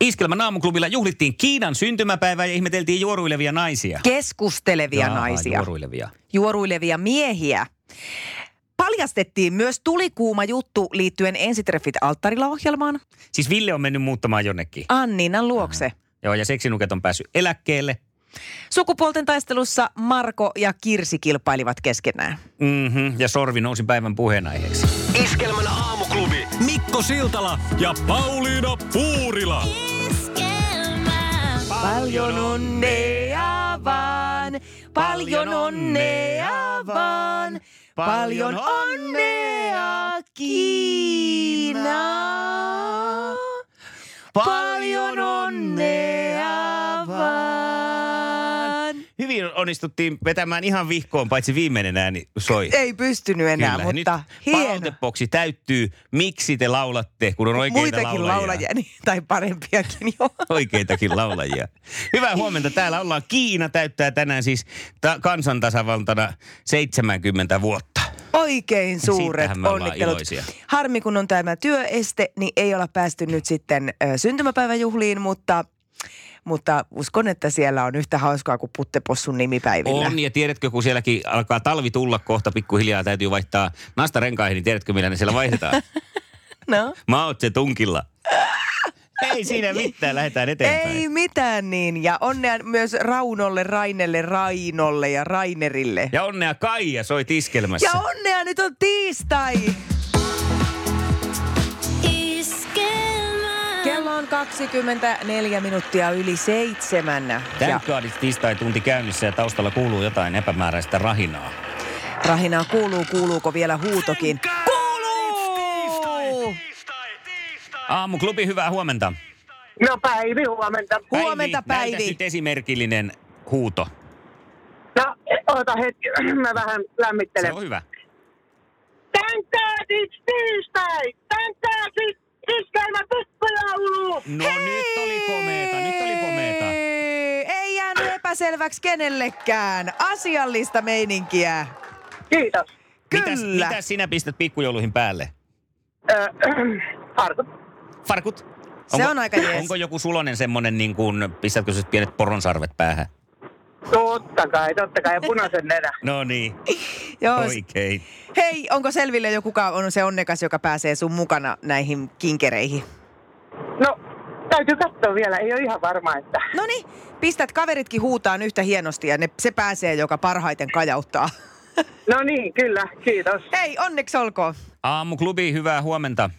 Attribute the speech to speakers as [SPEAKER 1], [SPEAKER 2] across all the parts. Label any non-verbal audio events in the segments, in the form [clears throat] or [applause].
[SPEAKER 1] Iskelmän aamuklubilla juhlittiin Kiinan syntymäpäivää ja ihmeteltiin juoruilevia naisia.
[SPEAKER 2] Keskustelevia
[SPEAKER 1] Jaa,
[SPEAKER 2] naisia,
[SPEAKER 1] Juoruilevia.
[SPEAKER 2] juoruilevia miehiä. Paljastettiin myös tulikuuma juttu liittyen Ensitreffit alttarilla-ohjelmaan.
[SPEAKER 1] Siis Ville on mennyt muuttamaan jonnekin.
[SPEAKER 2] Anniinan luokse.
[SPEAKER 1] Joo, ja seksinuket on päässyt eläkkeelle.
[SPEAKER 2] Sukupuolten taistelussa Marko ja Kirsi kilpailivat keskenään.
[SPEAKER 1] Mm-hmm. Ja sorvi nousi päivän puheenaiheeksi.
[SPEAKER 3] Iskelmän aamuklubi Mikko Siltala ja Pauliina Puurila.
[SPEAKER 2] Paljon onnea vaan, paljon onnea vaan, paljon onnea Kiina. Paljon onnea vaan.
[SPEAKER 1] Hyvin onnistuttiin vetämään ihan vihkoon, paitsi viimeinen ääni soi.
[SPEAKER 2] Ei pystynyt enää,
[SPEAKER 1] Kyllä,
[SPEAKER 2] mutta
[SPEAKER 1] nyt
[SPEAKER 2] hieno.
[SPEAKER 1] palautepoksi täyttyy, miksi te laulatte, kun on oikeita
[SPEAKER 2] Muitakin
[SPEAKER 1] laulajia.
[SPEAKER 2] laulajia, niin, tai parempiakin jo.
[SPEAKER 1] Oikeitakin laulajia. Hyvää huomenta. Täällä ollaan. Kiina täyttää tänään siis ta- kansantasavaltana 70 vuotta.
[SPEAKER 2] Oikein suuret
[SPEAKER 1] siitähän me ollaan
[SPEAKER 2] onnittelut.
[SPEAKER 1] iloisia.
[SPEAKER 2] Harmi, kun on tämä työeste, niin ei olla päästy nyt sitten ö, syntymäpäiväjuhliin, mutta, mutta uskon, että siellä on yhtä hauskaa kuin Puttepossun nimipäivillä.
[SPEAKER 1] On, ja tiedätkö, kun sielläkin alkaa talvi tulla kohta pikkuhiljaa, täytyy vaihtaa nastarenkaihin, niin tiedätkö, millä ne siellä
[SPEAKER 2] [laughs]
[SPEAKER 1] vaihdetaan?
[SPEAKER 2] No.
[SPEAKER 1] Mao se tunkilla. Ei siinä mitään, lähdetään eteenpäin.
[SPEAKER 2] Ei mitään niin, ja onnea myös Raunolle, Rainelle, Rainolle ja Rainerille.
[SPEAKER 1] Ja onnea Kaija soi tiskelmässä.
[SPEAKER 2] Ja onnea, nyt on tiistai! Kello on 24 minuuttia yli seitsemän. Ja
[SPEAKER 1] Thank God it's tiistai tunti käynnissä ja taustalla kuuluu jotain epämääräistä rahinaa.
[SPEAKER 2] rahinaa kuuluu, kuuluuko vielä huutokin? Kuuluu!
[SPEAKER 1] Aamuklubi, hyvää huomenta.
[SPEAKER 4] No Päivi, huomenta.
[SPEAKER 2] Huomenta,
[SPEAKER 1] näytä
[SPEAKER 2] Päivi.
[SPEAKER 1] nyt esimerkillinen huuto.
[SPEAKER 4] No, oota hetki, [clears throat] mä vähän
[SPEAKER 1] Se
[SPEAKER 4] lämmittelen. siis
[SPEAKER 1] on hyvä.
[SPEAKER 4] Thank God it's Tuesday! Thank God it's siis iskelmä pikkujoulu!
[SPEAKER 1] No nyt oli komeeta, nyt oli komeeta.
[SPEAKER 2] Hei! Ei jäänyt epäselväksi kenellekään. Asiallista meininkiä.
[SPEAKER 4] Kiitos.
[SPEAKER 1] Mitäs,
[SPEAKER 2] Kyllä.
[SPEAKER 1] mitäs sinä pistät pikkujouluihin päälle?
[SPEAKER 4] [clears throat] Öö, harkut.
[SPEAKER 1] Farkut.
[SPEAKER 2] Se on aika jees.
[SPEAKER 1] Onko joku sulonen semmonen niin kuin, pistätkö sä pienet poronsarvet päähän?
[SPEAKER 4] Totta kai, totta kai, ja punaisen nenä.
[SPEAKER 1] No niin,
[SPEAKER 2] Joo.
[SPEAKER 1] oikein.
[SPEAKER 2] Hei, onko selville jo kuka on se onnekas, joka pääsee sun mukana näihin kinkereihin?
[SPEAKER 4] No, täytyy katsoa vielä, ei ole ihan varma, että...
[SPEAKER 2] No niin, pistät kaveritkin huutaan yhtä hienosti ja ne, se pääsee, joka parhaiten kajauttaa. [laughs]
[SPEAKER 4] No niin, kyllä, kiitos.
[SPEAKER 2] Hei, onneksi olkoon.
[SPEAKER 1] Aamuklubi, hyvää huomenta.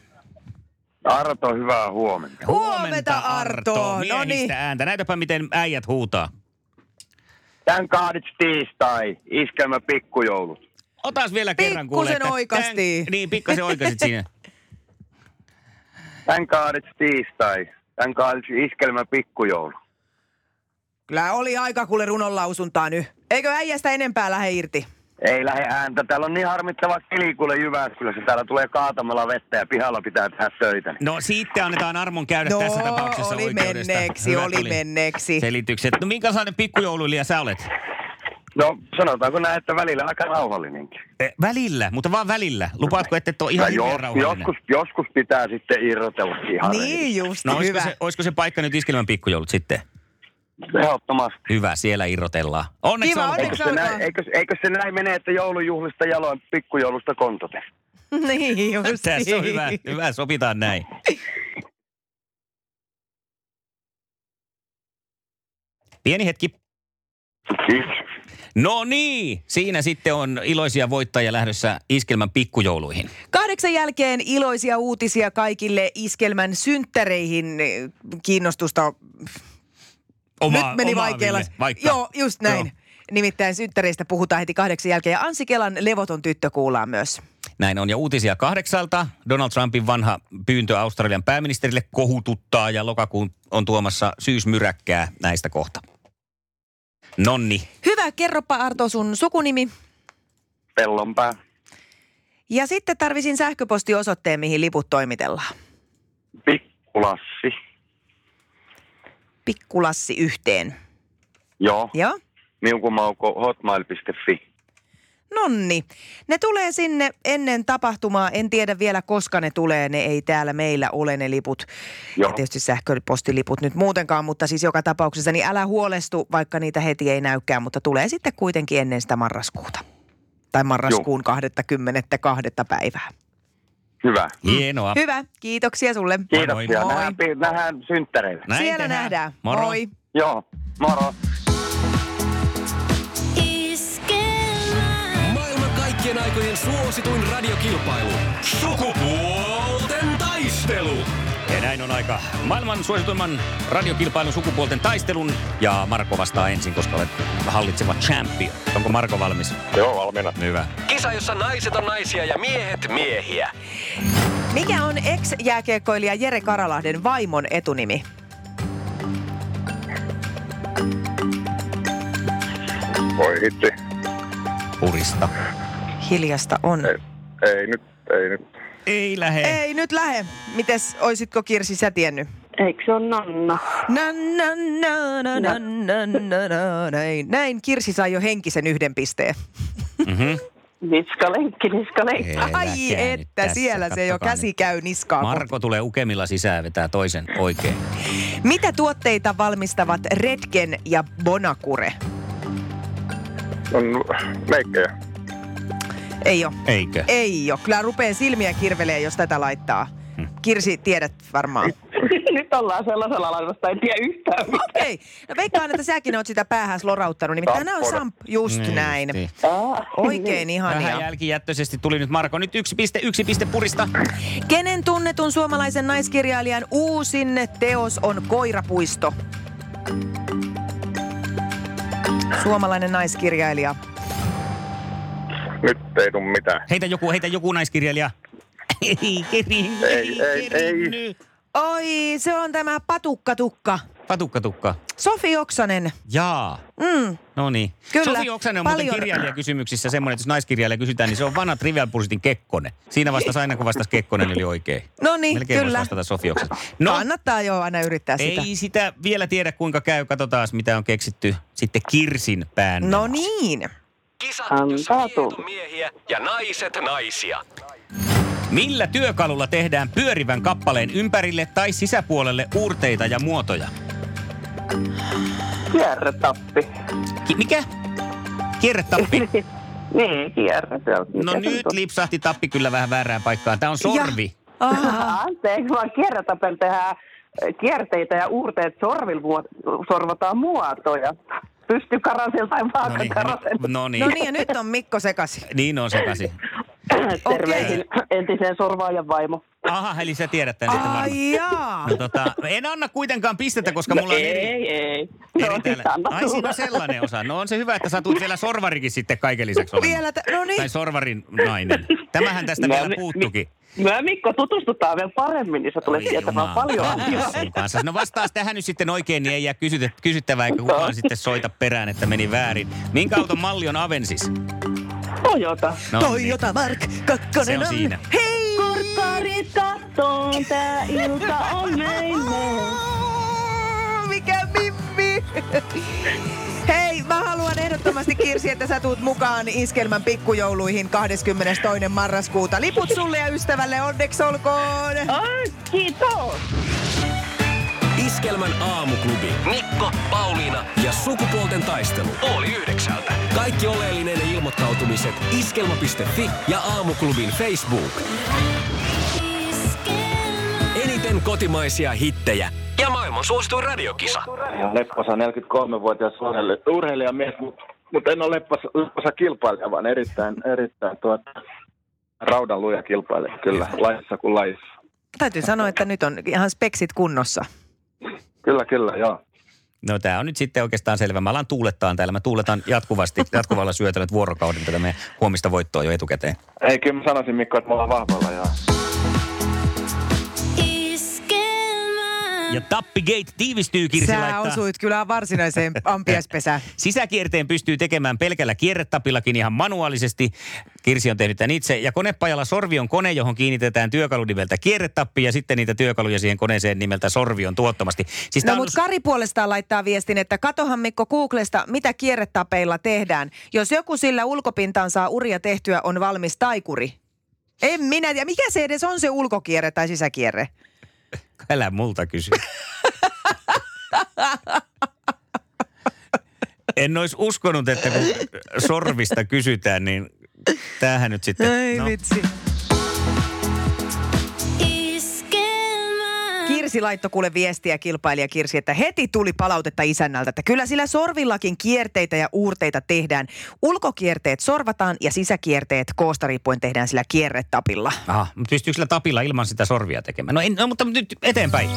[SPEAKER 5] Arto, hyvää huomenta.
[SPEAKER 2] Huomenta, Arto.
[SPEAKER 1] Miehistä
[SPEAKER 2] No niin.
[SPEAKER 1] ääntä. Näytäpä, miten äijät huutaa.
[SPEAKER 5] Tän kaadits tiistai, iskelmä pikkujoulut.
[SPEAKER 1] Otas vielä kerran kuule.
[SPEAKER 2] Pikkusen
[SPEAKER 1] että
[SPEAKER 2] oikastiin.
[SPEAKER 1] Tän, niin, pikkasen oikasit siinä.
[SPEAKER 5] Tän kaadits tiistai, tän kaadits iskelmä pikkujoulu.
[SPEAKER 2] Kyllä oli aika kuule runonlausuntaa nyt. Eikö äijästä enempää lähde irti?
[SPEAKER 5] Ei lähde ääntä, täällä on niin harmittava keli kuule Jyväskylässä. Täällä tulee kaatamalla vettä ja pihalla pitää tehdä töitä.
[SPEAKER 1] No sitten annetaan Armon käydä
[SPEAKER 2] No,
[SPEAKER 1] tässä tapauksessa
[SPEAKER 2] oli
[SPEAKER 1] oikeudesta.
[SPEAKER 2] menneeksi,
[SPEAKER 1] Hyvät
[SPEAKER 2] oli menneeksi.
[SPEAKER 1] Selitykset. No minkälainen pikkujouluilija sä olet?
[SPEAKER 5] No sanotaanko näin, että välillä aika rauhallinenkin.
[SPEAKER 1] Eh, Välillä, mutta vaan välillä. Lupaatko, että et ole ihan
[SPEAKER 5] No, jo,
[SPEAKER 1] hirveän rauhallinen?
[SPEAKER 5] joskus, joskus pitää sitten irrotella ihan
[SPEAKER 2] Niin just,
[SPEAKER 1] No olisiko
[SPEAKER 2] hyvä.
[SPEAKER 1] se, olisiko se paikka nyt iskelmän pikkujoulut sitten?
[SPEAKER 5] rehellisesti. Ehdottomasti.
[SPEAKER 1] Hyvä, siellä irrotellaan. Onneksi
[SPEAKER 2] Kiva,
[SPEAKER 1] olkoon.
[SPEAKER 2] onneksi
[SPEAKER 5] Eikö
[SPEAKER 2] Onneksi
[SPEAKER 5] se,
[SPEAKER 2] olkoon.
[SPEAKER 5] näin, eikö, eikö se näin mene, että joulujuhlista jaloin pikkujoulusta kontote?
[SPEAKER 2] [laughs] niin
[SPEAKER 1] [laughs]
[SPEAKER 2] just.
[SPEAKER 1] Tässä on hyvä, hyvä, sopitaan näin. Pieni hetki.
[SPEAKER 5] Kiitos.
[SPEAKER 1] No niin, siinä sitten on iloisia voittajia lähdössä iskelmän pikkujouluihin.
[SPEAKER 2] Kahdeksan jälkeen iloisia uutisia kaikille iskelmän synttäreihin kiinnostusta. Nyt meni
[SPEAKER 1] omaa
[SPEAKER 2] vaikealla.
[SPEAKER 1] Ville, vaikka.
[SPEAKER 2] Joo, just näin.
[SPEAKER 1] Joo.
[SPEAKER 2] Nimittäin synttäreistä puhutaan heti kahdeksan jälkeen. Ja Ansi Kelan levoton tyttö kuullaan myös.
[SPEAKER 1] Näin on. Ja uutisia kahdeksalta. Donald Trumpin vanha pyyntö Australian pääministerille kohututtaa ja lokakuun on tuomassa syysmyräkkää näistä kohta. Nonni.
[SPEAKER 2] Hyvä, kerropa Arto sun sukunimi.
[SPEAKER 5] Pellonpää.
[SPEAKER 2] Ja sitten tarvisin sähköpostiosoitteen, mihin liput toimitellaan.
[SPEAKER 5] Pikkulassi.
[SPEAKER 2] Pikkulassi yhteen.
[SPEAKER 5] Joo.
[SPEAKER 2] Joo?
[SPEAKER 5] Miukumauko hotmail.fi.
[SPEAKER 2] Nonni. Ne tulee sinne ennen tapahtumaa. En tiedä vielä, koska ne tulee. Ne ei täällä meillä ole ne liput.
[SPEAKER 5] Joo.
[SPEAKER 2] Ja tietysti sähköpostiliput nyt muutenkaan, mutta siis joka tapauksessa niin älä huolestu, vaikka niitä heti ei näykään, mutta tulee sitten kuitenkin ennen sitä marraskuuta. Tai marraskuun 22. päivää.
[SPEAKER 5] Hyvä.
[SPEAKER 2] Mm.
[SPEAKER 1] Hienoa.
[SPEAKER 2] Hyvä, kiitoksia sulle.
[SPEAKER 5] Kiitoksia.
[SPEAKER 2] Moi.
[SPEAKER 5] Nähdään, pi- nähdään synttäreillä.
[SPEAKER 1] Näin
[SPEAKER 2] Siellä
[SPEAKER 1] tehdään.
[SPEAKER 2] nähdään.
[SPEAKER 1] Moro.
[SPEAKER 2] Moi.
[SPEAKER 5] Joo. Moro.
[SPEAKER 6] Iskelmä.
[SPEAKER 3] Maailman kaikkien aikojen suosituin radiokilpailu. Sukupuolten taistelu.
[SPEAKER 1] Ja näin on aika maailman suosituimman radiokilpailun sukupuolten taistelun. Ja Marko vastaa ensin, koska olet hallitseva champion. Onko Marko valmis?
[SPEAKER 5] Joo, valmiina.
[SPEAKER 1] Hyvä.
[SPEAKER 3] Kisa, jossa naiset on naisia ja miehet miehiä.
[SPEAKER 2] Mikä on ex-jääkiekkoilija Jere Karalahden vaimon etunimi?
[SPEAKER 5] Voi hitti.
[SPEAKER 1] Purista.
[SPEAKER 2] Hiljasta on.
[SPEAKER 5] Ei nyt, ei nyt.
[SPEAKER 1] Ei lähe.
[SPEAKER 2] Ei nyt lähe. Mites, oisitko Kirsi sä tiennyt?
[SPEAKER 4] Eikö se ole Nanna?
[SPEAKER 2] Na, na, na, na, na, na, na, na, näin. näin Kirsi sai jo henkisen yhden pisteen.
[SPEAKER 1] Mm-hmm.
[SPEAKER 4] Niska lenkki, niska lenkki.
[SPEAKER 2] Ai että siellä se jo käsi käy niskaan. kohti.
[SPEAKER 1] Marko tulee ukemilla sisään vetää toisen oikein.
[SPEAKER 2] Mitä tuotteita valmistavat Redken ja Bonacure?
[SPEAKER 5] On No, leikkejä.
[SPEAKER 2] Ei oo.
[SPEAKER 1] Eikö?
[SPEAKER 2] Ei oo. Kyllä rupeaa silmiä kirvelee, jos tätä laittaa. Kirsi, tiedät varmaan.
[SPEAKER 4] [laughs] Nyt ollaan sellaisella laivasta, en tiedä yhtään mitään.
[SPEAKER 2] Okei. Okay. No veikkaan, että säkin oot sitä päähän lorauttanut. Nimittäin nämä on
[SPEAKER 5] Tampere.
[SPEAKER 2] Samp. Just
[SPEAKER 1] Niin
[SPEAKER 2] näin.
[SPEAKER 1] justiin.
[SPEAKER 4] Aa, Niin.
[SPEAKER 2] Oikein ihania.
[SPEAKER 1] Vähän jälkijättöisesti tuli nyt Marko. Nyt yksi piste, yksi piste purista.
[SPEAKER 2] Kenen tunnetun suomalaisen naiskirjailijan uusin teos on Koirapuisto? Suomalainen naiskirjailija.
[SPEAKER 5] Nyt ei tuu mitään.
[SPEAKER 1] Heitä joku, heitä joku naiskirjailija. [laughs] Ei kerinny,
[SPEAKER 5] Ei, ei,
[SPEAKER 1] kerinny.
[SPEAKER 2] Oi, se on tämä patukkatukka.
[SPEAKER 1] Patukka tukka.
[SPEAKER 2] Sofi Oksanen.
[SPEAKER 1] Jaa.
[SPEAKER 2] Mm.
[SPEAKER 1] No niin.
[SPEAKER 2] Kyllä,
[SPEAKER 1] Sofi Oksanen on
[SPEAKER 2] paljon-
[SPEAKER 1] muuten kirjailijakysymyksissä semmoinen, että jos naiskirjailija kysytään, niin se on vanha Trivial Pursuitin Kekkonen. Siinä vastasi aina, kun vastasi Kekkonen, eli oikein.
[SPEAKER 2] No niin,
[SPEAKER 1] Melkein voisi
[SPEAKER 2] kyllä.
[SPEAKER 1] vastata Sofi Oksanen.
[SPEAKER 2] No.
[SPEAKER 1] No,
[SPEAKER 2] Kannattaa jo aina yrittää sitä.
[SPEAKER 1] ei sitä vielä tiedä, kuinka käy. Katsotaan, mitä on keksitty sitten Kirsin pään.
[SPEAKER 2] No niin.
[SPEAKER 3] Kisa,
[SPEAKER 4] Antaa tulla.
[SPEAKER 3] miehiä ja naiset naisia.
[SPEAKER 1] Millä työkalulla tehdään pyörivän kappaleen ympärille tai sisäpuolelle uurteita ja muotoja?
[SPEAKER 4] Kierretappi.
[SPEAKER 1] Ki- mikä?
[SPEAKER 4] [laughs]
[SPEAKER 1] Kierretappi.
[SPEAKER 4] Niin, kierre. se on-
[SPEAKER 1] No
[SPEAKER 4] mikä se
[SPEAKER 1] nyt
[SPEAKER 4] on?
[SPEAKER 1] lipsahti tappi kyllä vähän väärään paikkaan. Tämä on sorvi.
[SPEAKER 2] Aha.
[SPEAKER 4] Anteeksi, vaan kierretapel tehdään kierteitä ja uurteet sorvilla muo- sorvataan muotoja. Pystyy karasella tai
[SPEAKER 1] No niin,
[SPEAKER 4] vaakakarasella.
[SPEAKER 1] no niin.
[SPEAKER 2] No niin, ja nyt on Mikko sekasi.
[SPEAKER 1] Niin on sekaisin.
[SPEAKER 4] Terveisin entiseen sorvaajan vaimo.
[SPEAKER 1] Aha, eli sä tiedät tämän sitten varmaan.
[SPEAKER 2] Ai jaa.
[SPEAKER 1] No, tota, en anna kuitenkaan pistettä, koska mulla on
[SPEAKER 4] No ei,
[SPEAKER 1] eri,
[SPEAKER 4] ei, ei.
[SPEAKER 1] eri
[SPEAKER 4] sit
[SPEAKER 1] täällä.
[SPEAKER 4] anna
[SPEAKER 1] Ai siinä
[SPEAKER 4] tulla.
[SPEAKER 1] on sellainen osa. No on se hyvä, että satut vielä sorvarikin sitten kaiken lisäksi olemaan.
[SPEAKER 2] Vielä, t- no
[SPEAKER 1] Tai
[SPEAKER 2] niin.
[SPEAKER 1] sorvarin nainen. Tämähän tästä
[SPEAKER 4] Mä
[SPEAKER 1] vielä
[SPEAKER 4] No mi-
[SPEAKER 1] puuttukin.
[SPEAKER 4] mi- Mä ja Mikko tutustutaan vielä paremmin, niin sä tulet
[SPEAKER 1] Oi
[SPEAKER 4] tietämään
[SPEAKER 1] jumala,
[SPEAKER 4] paljon
[SPEAKER 1] kanssa,
[SPEAKER 4] asioita.
[SPEAKER 1] kanssa. No vastaas tähän nyt sitten oikein, niin ei jää kysytä, kysyttävää,
[SPEAKER 4] No.
[SPEAKER 1] eikä kukaan sitten soita perään, että meni väärin. Minkä auton malli on Avensis?
[SPEAKER 4] Toyota.
[SPEAKER 1] No,
[SPEAKER 2] Toyota Mark
[SPEAKER 1] Se
[SPEAKER 2] kakkonen
[SPEAKER 1] on
[SPEAKER 2] on.
[SPEAKER 1] siinä.
[SPEAKER 2] Hei!
[SPEAKER 4] Korkkarit kattoon, tää ilta on meille.
[SPEAKER 2] Mikä mimmi! Hei, mä haluan ehdottomasti Kirsi, että sä tuut mukaan Iskelmän pikkujouluihin 22. marraskuuta. Liput sulle ja ystävälle, onneksi olkoon!
[SPEAKER 4] Ai, kiitos.
[SPEAKER 3] Iskelmän aamuklubi. Mikko, Pauliina ja sukupuolten taistelu. Oli yhdeksältä. Kaikki oleellinen ilmoittautumiset iskelma.fi ja aamuklubin Facebook.
[SPEAKER 6] Iskelmä.
[SPEAKER 3] Eniten kotimaisia hittejä ja maailman suosituin radiokisa.
[SPEAKER 5] Ihan lepposa 43-vuotias urheilija- urheilijamies, mutta mut en ole lepposa, lepposa kilpailija, vaan erittäin, erittäin tuota, raudanluja kilpailija, kyllä, lajissa kuin lajissa.
[SPEAKER 2] Täytyy sanoa, että nyt on ihan speksit kunnossa.
[SPEAKER 5] Kyllä, kyllä, joo.
[SPEAKER 1] No tämä on nyt sitten oikeastaan selvä. Mä alan tuulettaan täällä. Mä tuuletan
[SPEAKER 4] [laughs]
[SPEAKER 1] jatkuvasti, jatkuvalla syötöllä nyt vuorokauden tätä meidän huomista voittoa jo etukäteen.
[SPEAKER 5] Ei, kyllä mä sanoisin Mikko, että me ollaan vahvalla, joo.
[SPEAKER 6] Iskelmä.
[SPEAKER 1] Ja tappigate tiivistyy, Kirsi
[SPEAKER 2] Sä
[SPEAKER 1] laittaa.
[SPEAKER 2] osuit kyllä varsinaiseen ampiaispesään.
[SPEAKER 1] Sisäkierteen pystyy tekemään pelkällä kierretapillakin ihan manuaalisesti. Kirsi on tehnyt tämän itse. Ja konepajalla sorvi on kone, johon kiinnitetään työkalu nimeltä kierretappi ja sitten niitä työkaluja siihen koneeseen nimeltä sorvi on tuottomasti. Siis tää
[SPEAKER 2] No
[SPEAKER 1] on
[SPEAKER 2] mutta Kari puolestaan laittaa viestin, että katohan Mikko Googlesta, mitä kierretapeilla tehdään. Jos joku sillä ulkopintaan saa uria tehtyä, on valmis taikuri. En minä tiedä. Mikä se edes on se ulkokierre tai sisäkierre?
[SPEAKER 1] Älä multa kysy. en olisi uskonut, että kun sorvista kysytään, niin tämähän nyt
[SPEAKER 2] No
[SPEAKER 1] sitten...
[SPEAKER 2] vitsi. Kirsi laittoi kuule viestiä kilpailija Kirsi, että heti tuli palautetta isännältä, että kyllä sillä sorvillakin kierteitä ja uurteita tehdään. Ulkokierteet sorvataan ja sisäkierteet koosta riippuen tehdään sillä kierretapilla.
[SPEAKER 1] Aha, mutta pystyykö sillä tapilla ilman sitä sorvia tekemään? No, en, no mutta nyt eteenpäin.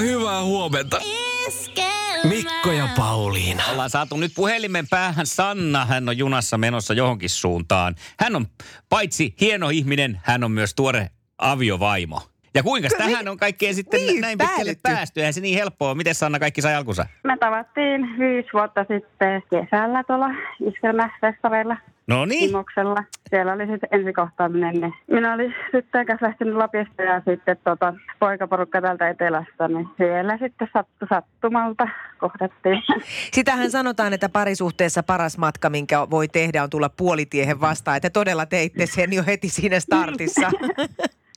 [SPEAKER 3] Hyvää huomenta. Mikko ja Pauliina.
[SPEAKER 1] Ollaan saatu nyt puhelimen päähän Sanna. Hän on junassa menossa johonkin suuntaan. Hän on paitsi hieno ihminen, hän on myös tuore aviovaimo. Ja kuinka tähän on kaikkeen sitten
[SPEAKER 2] mihin
[SPEAKER 1] näin pitkälle
[SPEAKER 2] päädytty?
[SPEAKER 1] päästy? Eihän se niin helppoa. Miten Sanna kaikki sai alkunsa?
[SPEAKER 6] Me tavattiin viisi vuotta sitten kesällä tuolla iskelmäfestareilla
[SPEAKER 1] No niin.
[SPEAKER 6] Timoksella. Siellä oli sitten ensi niin minä olin tyttöjen kanssa lähtenyt Lapista ja sitten tota, poikaporukka täältä etelästä, niin siellä sitten sattu sattumalta kohdattiin.
[SPEAKER 2] Sitähän sanotaan, että parisuhteessa paras matka, minkä voi tehdä, on tulla puolitiehen vastaan. Että todella teitte sen jo heti siinä startissa.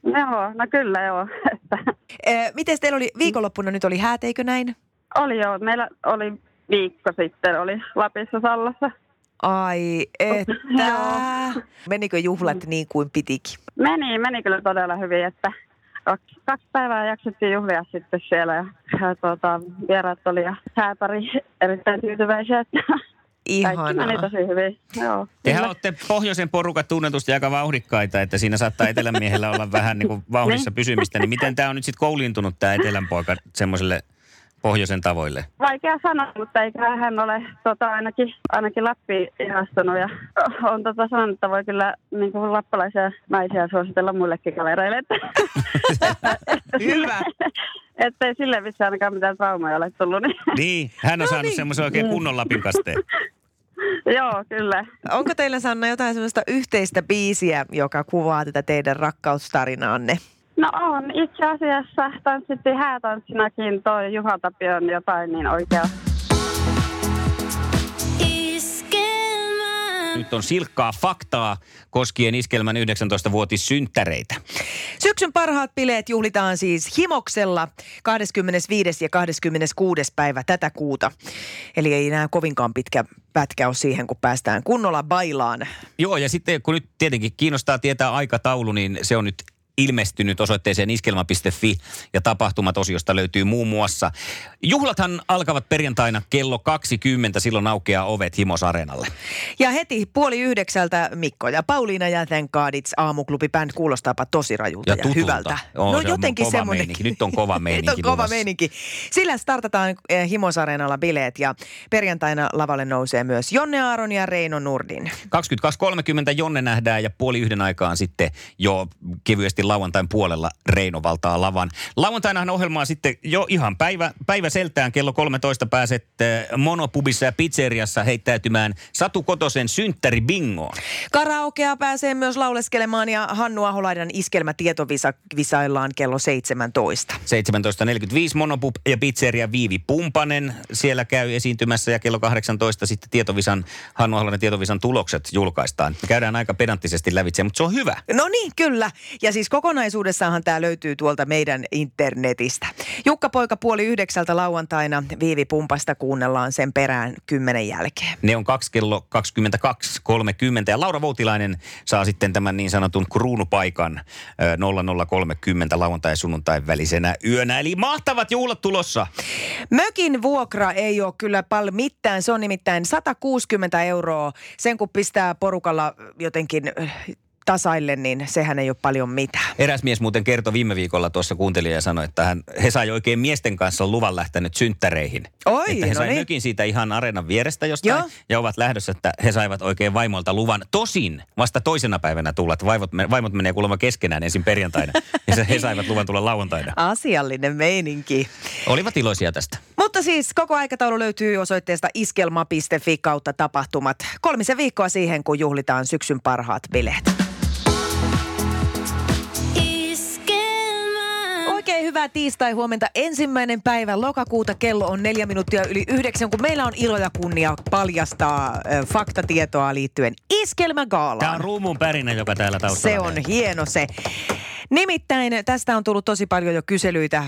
[SPEAKER 6] joo, no kyllä joo. [laughs] Että
[SPEAKER 2] Eh, Miten teillä oli viikonloppuna nyt oli häät, eikö näin?
[SPEAKER 6] oli joo, meillä oli viikko sitten, oli Lapissa Sallassa.
[SPEAKER 2] Ai että. Menikö juhlat niin kuin pitikin?
[SPEAKER 6] Meni, meni kyllä todella hyvin, että kaksi- kaksi päivää jaksettiin juhlia sitten siellä ja, ja tuota, vieraat oli ja sääpäri erittäin tyytyväisiä, että kaikki meni
[SPEAKER 2] Ihanaa.
[SPEAKER 6] tosi hyvin. Joo,
[SPEAKER 1] Tehän
[SPEAKER 6] kyllä.
[SPEAKER 1] olette pohjoisen porukat tunnetusti aika vauhdikkaita, että siinä saattaa etelämiehellä olla vähän niin [laughs] kuin vauhdissa pysymistä. Niin miten tämä on nyt sitten kouliintunut tämä etelän poika semmoiselle pohjoisen [laughs] tavoille?
[SPEAKER 6] Vaikea sanoa, mutta eiköhän hän ole tota, ainakin, ainakin Lappiin ihastunut ja on tota, sanonut, että voi kyllä niin kuin lappalaisia naisia suositella muillekin kavereille. Että,
[SPEAKER 2] Hyvä.
[SPEAKER 6] että ei sille vissi ainakaan mitään traumaa ole tullut. Niin. [laughs]
[SPEAKER 1] Niin, Mm. hän on saanut semmoisen oikein kunnon lapin kasteen.
[SPEAKER 6] Joo, kyllä.
[SPEAKER 2] Onko teillä Sanna jotain sellaista yhteistä biisiä, joka kuvaa tätä teidän rakkaustarinaanne?
[SPEAKER 6] No on. Itse asiassa tanssittiin häätanssinakin toi Juha Tapion jotain niin oikea.
[SPEAKER 1] Nyt on silkkaa faktaa koskien iskelmän 19-vuotissynttäreitä.
[SPEAKER 2] Syksyn parhaat bileet juhlitaan siis Himoksella 25. ja 26. päivä tätä kuuta. Eli ei enää kovinkaan pitkä pätkä ole siihen, kun päästään kunnolla bailaan.
[SPEAKER 1] Joo, ja sitten kun nyt tietenkin kiinnostaa tietää aikataulu, niin se on nyt ilmestynyt osoitteeseen iskelma.fi ja tapahtumat osiosta löytyy muun muassa. Juhlathan alkavat perjantaina kello 20, silloin aukeaa ovet Himos Areenalle.
[SPEAKER 2] Ja heti puoli yhdeksältä Mikko ja Pauliina ja Thank Godits aamuklubi band kuulostaapa tosi rajulta ja,
[SPEAKER 1] tutulta.
[SPEAKER 2] hyvältä.
[SPEAKER 1] Joo,
[SPEAKER 2] no
[SPEAKER 1] se on
[SPEAKER 2] jotenkin
[SPEAKER 1] kova
[SPEAKER 2] semmoinen.
[SPEAKER 1] meininki. Nyt on kova meininki
[SPEAKER 2] [laughs] Nyt on kova
[SPEAKER 1] luvassa.
[SPEAKER 2] meininki. Sillä startataan eh, Himosareenalla bileet ja perjantaina lavalle nousee myös Jonne Aaron ja Reino Nurdin.
[SPEAKER 1] 22.30 Jonne nähdään ja puoli yhden aikaan sitten jo kevyesti lauantain puolella Reino valtaa lavan. Lauantainahan ohjelmaa sitten jo ihan päivä, päivä seltään kello 13 pääset äh, Monopubissa ja pizzeriassa heittäytymään Satu Kotosen synttäri bingoon.
[SPEAKER 2] Karaokea pääsee myös lauleskelemaan ja Hannu Aholaidan iskelmä tietovisaillaan kello 17.
[SPEAKER 1] 17.45 Monopub ja pizzeria Viivi Pumpanen siellä käy esiintymässä ja kello 18 sitten tietovisan, Hannu Aholainen tietovisan tulokset julkaistaan. Me käydään aika pedanttisesti lävitse, mutta se on hyvä.
[SPEAKER 2] No niin, kyllä. Ja siis kokonaisuudessaanhan tämä löytyy tuolta meidän internetistä. Jukka Poika puoli yhdeksältä lauantaina Viivi Pumpasta kuunnellaan sen perään kymmenen jälkeen.
[SPEAKER 1] Ne on kaksi kello 22.30 ja Laura Voutilainen saa sitten tämän niin sanotun kruunupaikan ö, 00.30 lauantai ja sunnuntai välisenä yönä. Eli mahtavat juhlat tulossa.
[SPEAKER 2] Mökin vuokra ei ole kyllä paljon mitään. Se on nimittäin 160 euroa. Sen kun pistää porukalla jotenkin äh, tasaille, niin sehän ei ole paljon mitään.
[SPEAKER 1] Eräs mies muuten kertoi viime viikolla tuossa kuuntelija ja sanoi, että hän, he sai oikein miesten kanssa luvan lähtenyt synttäreihin.
[SPEAKER 2] Oi,
[SPEAKER 1] että he
[SPEAKER 2] no
[SPEAKER 1] sai
[SPEAKER 2] niin.
[SPEAKER 1] mökin siitä ihan areenan vierestä jostain
[SPEAKER 2] Joo.
[SPEAKER 1] Joo. ja ovat lähdössä, että he saivat oikein vaimolta luvan. Tosin vasta toisena päivänä tulla, että vaimot, vaimot menee kuulemma keskenään ensin
[SPEAKER 2] [laughs]
[SPEAKER 1] perjantaina ja se- he saivat luvan tulla lauantaina.
[SPEAKER 2] Asiallinen meininki.
[SPEAKER 1] Olivat iloisia tästä.
[SPEAKER 2] Mutta siis koko aikataulu löytyy osoitteesta iskelma.fi kautta tapahtumat. Kolmisen viikkoa siihen, kun juhlitaan syksyn parhaat bileet.
[SPEAKER 7] Iskelmä.
[SPEAKER 2] Oikein hyvää tiistai-huomenta. Ensimmäinen päivä lokakuuta kello on neljä minuuttia yli yhdeksän, kun meillä on ilo ja kunnia paljastaa ö, faktatietoa liittyen
[SPEAKER 1] Tämä on
[SPEAKER 2] Iskelmägaalaan.
[SPEAKER 1] ruumun pärinä, joka täällä taustalla
[SPEAKER 2] Se on
[SPEAKER 1] käy.
[SPEAKER 2] hieno se. Nimittäin tästä on tullut tosi paljon jo kyselyitä.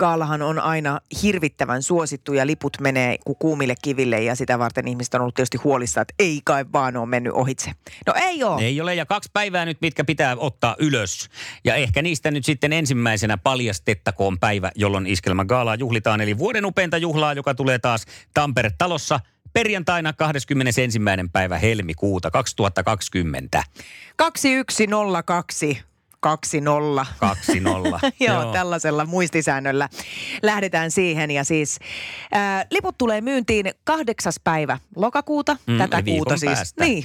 [SPEAKER 2] Gaalahan on aina hirvittävän suosittu ja liput menee kuin kuumille kiville ja sitä varten ihmiset on ollut tietysti huolissa, että ei kai vaan ole mennyt ohitse. No ei ole.
[SPEAKER 1] Ei ole, ja kaksi päivää nyt, mitkä pitää ottaa ylös. Ja ehkä niistä nyt sitten ensimmäisenä paljastettakoon päivä, jolloin Iskelmän gaalaa juhlitaan. Eli vuoden upeinta juhlaa, joka tulee taas Tampere-talossa perjantaina 21. päivä helmikuuta
[SPEAKER 2] [laughs]
[SPEAKER 1] 2020.
[SPEAKER 2] 2102 20.
[SPEAKER 1] 2-0.
[SPEAKER 2] [laughs] Joo, Joo, tällaisella muistisäännöllä lähdetään siihen. Ja siis ää, liput tulee myyntiin kahdeksas päivä lokakuuta,
[SPEAKER 1] Mm,
[SPEAKER 2] tätä
[SPEAKER 1] eli viikon
[SPEAKER 2] kuuta siis.
[SPEAKER 1] päästä.
[SPEAKER 2] Niin,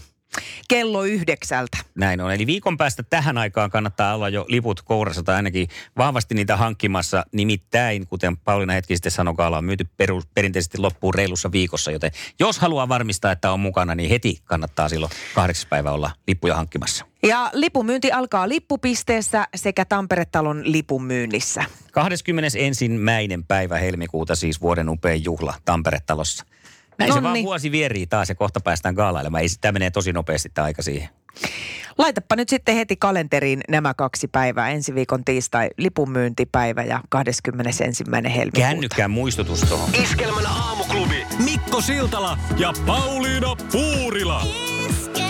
[SPEAKER 2] kello yhdeksältä.
[SPEAKER 1] Näin on. Eli viikon päästä tähän aikaan kannattaa olla jo liput kourassa tai ainakin vahvasti niitä hankkimassa. Nimittäin, kuten Pauliina hetki sitten sanoi, gaala on myyty peru, perinteisesti loppuun reilussa viikossa. Joten jos haluaa varmistaa, että on mukana, niin heti kannattaa silloin kahdeksas päivä olla lippuja hankkimassa.
[SPEAKER 2] Ja lipumyynti alkaa lippupisteessä sekä Tampere-talon lipunmyynnissä.
[SPEAKER 1] 21. päivä helmikuuta siis vuoden upea juhla Tampere-talossa. Näin se vaan
[SPEAKER 2] Nonni.
[SPEAKER 1] vuosi vierii taas ja kohta päästään gaalailemaan. Ei, tämä menee tosi nopeasti tämä aika siihen.
[SPEAKER 2] Laitapa nyt sitten heti kalenteriin nämä kaksi päivää. Ensi viikon tiistai lipunmyyntipäivä ja 21. helmikuuta.
[SPEAKER 1] Kännykään muistutus tuohon.
[SPEAKER 3] Iskelmän aamuklubi Mikko Siltala ja Pauliina Puurila.
[SPEAKER 7] Iskelmä.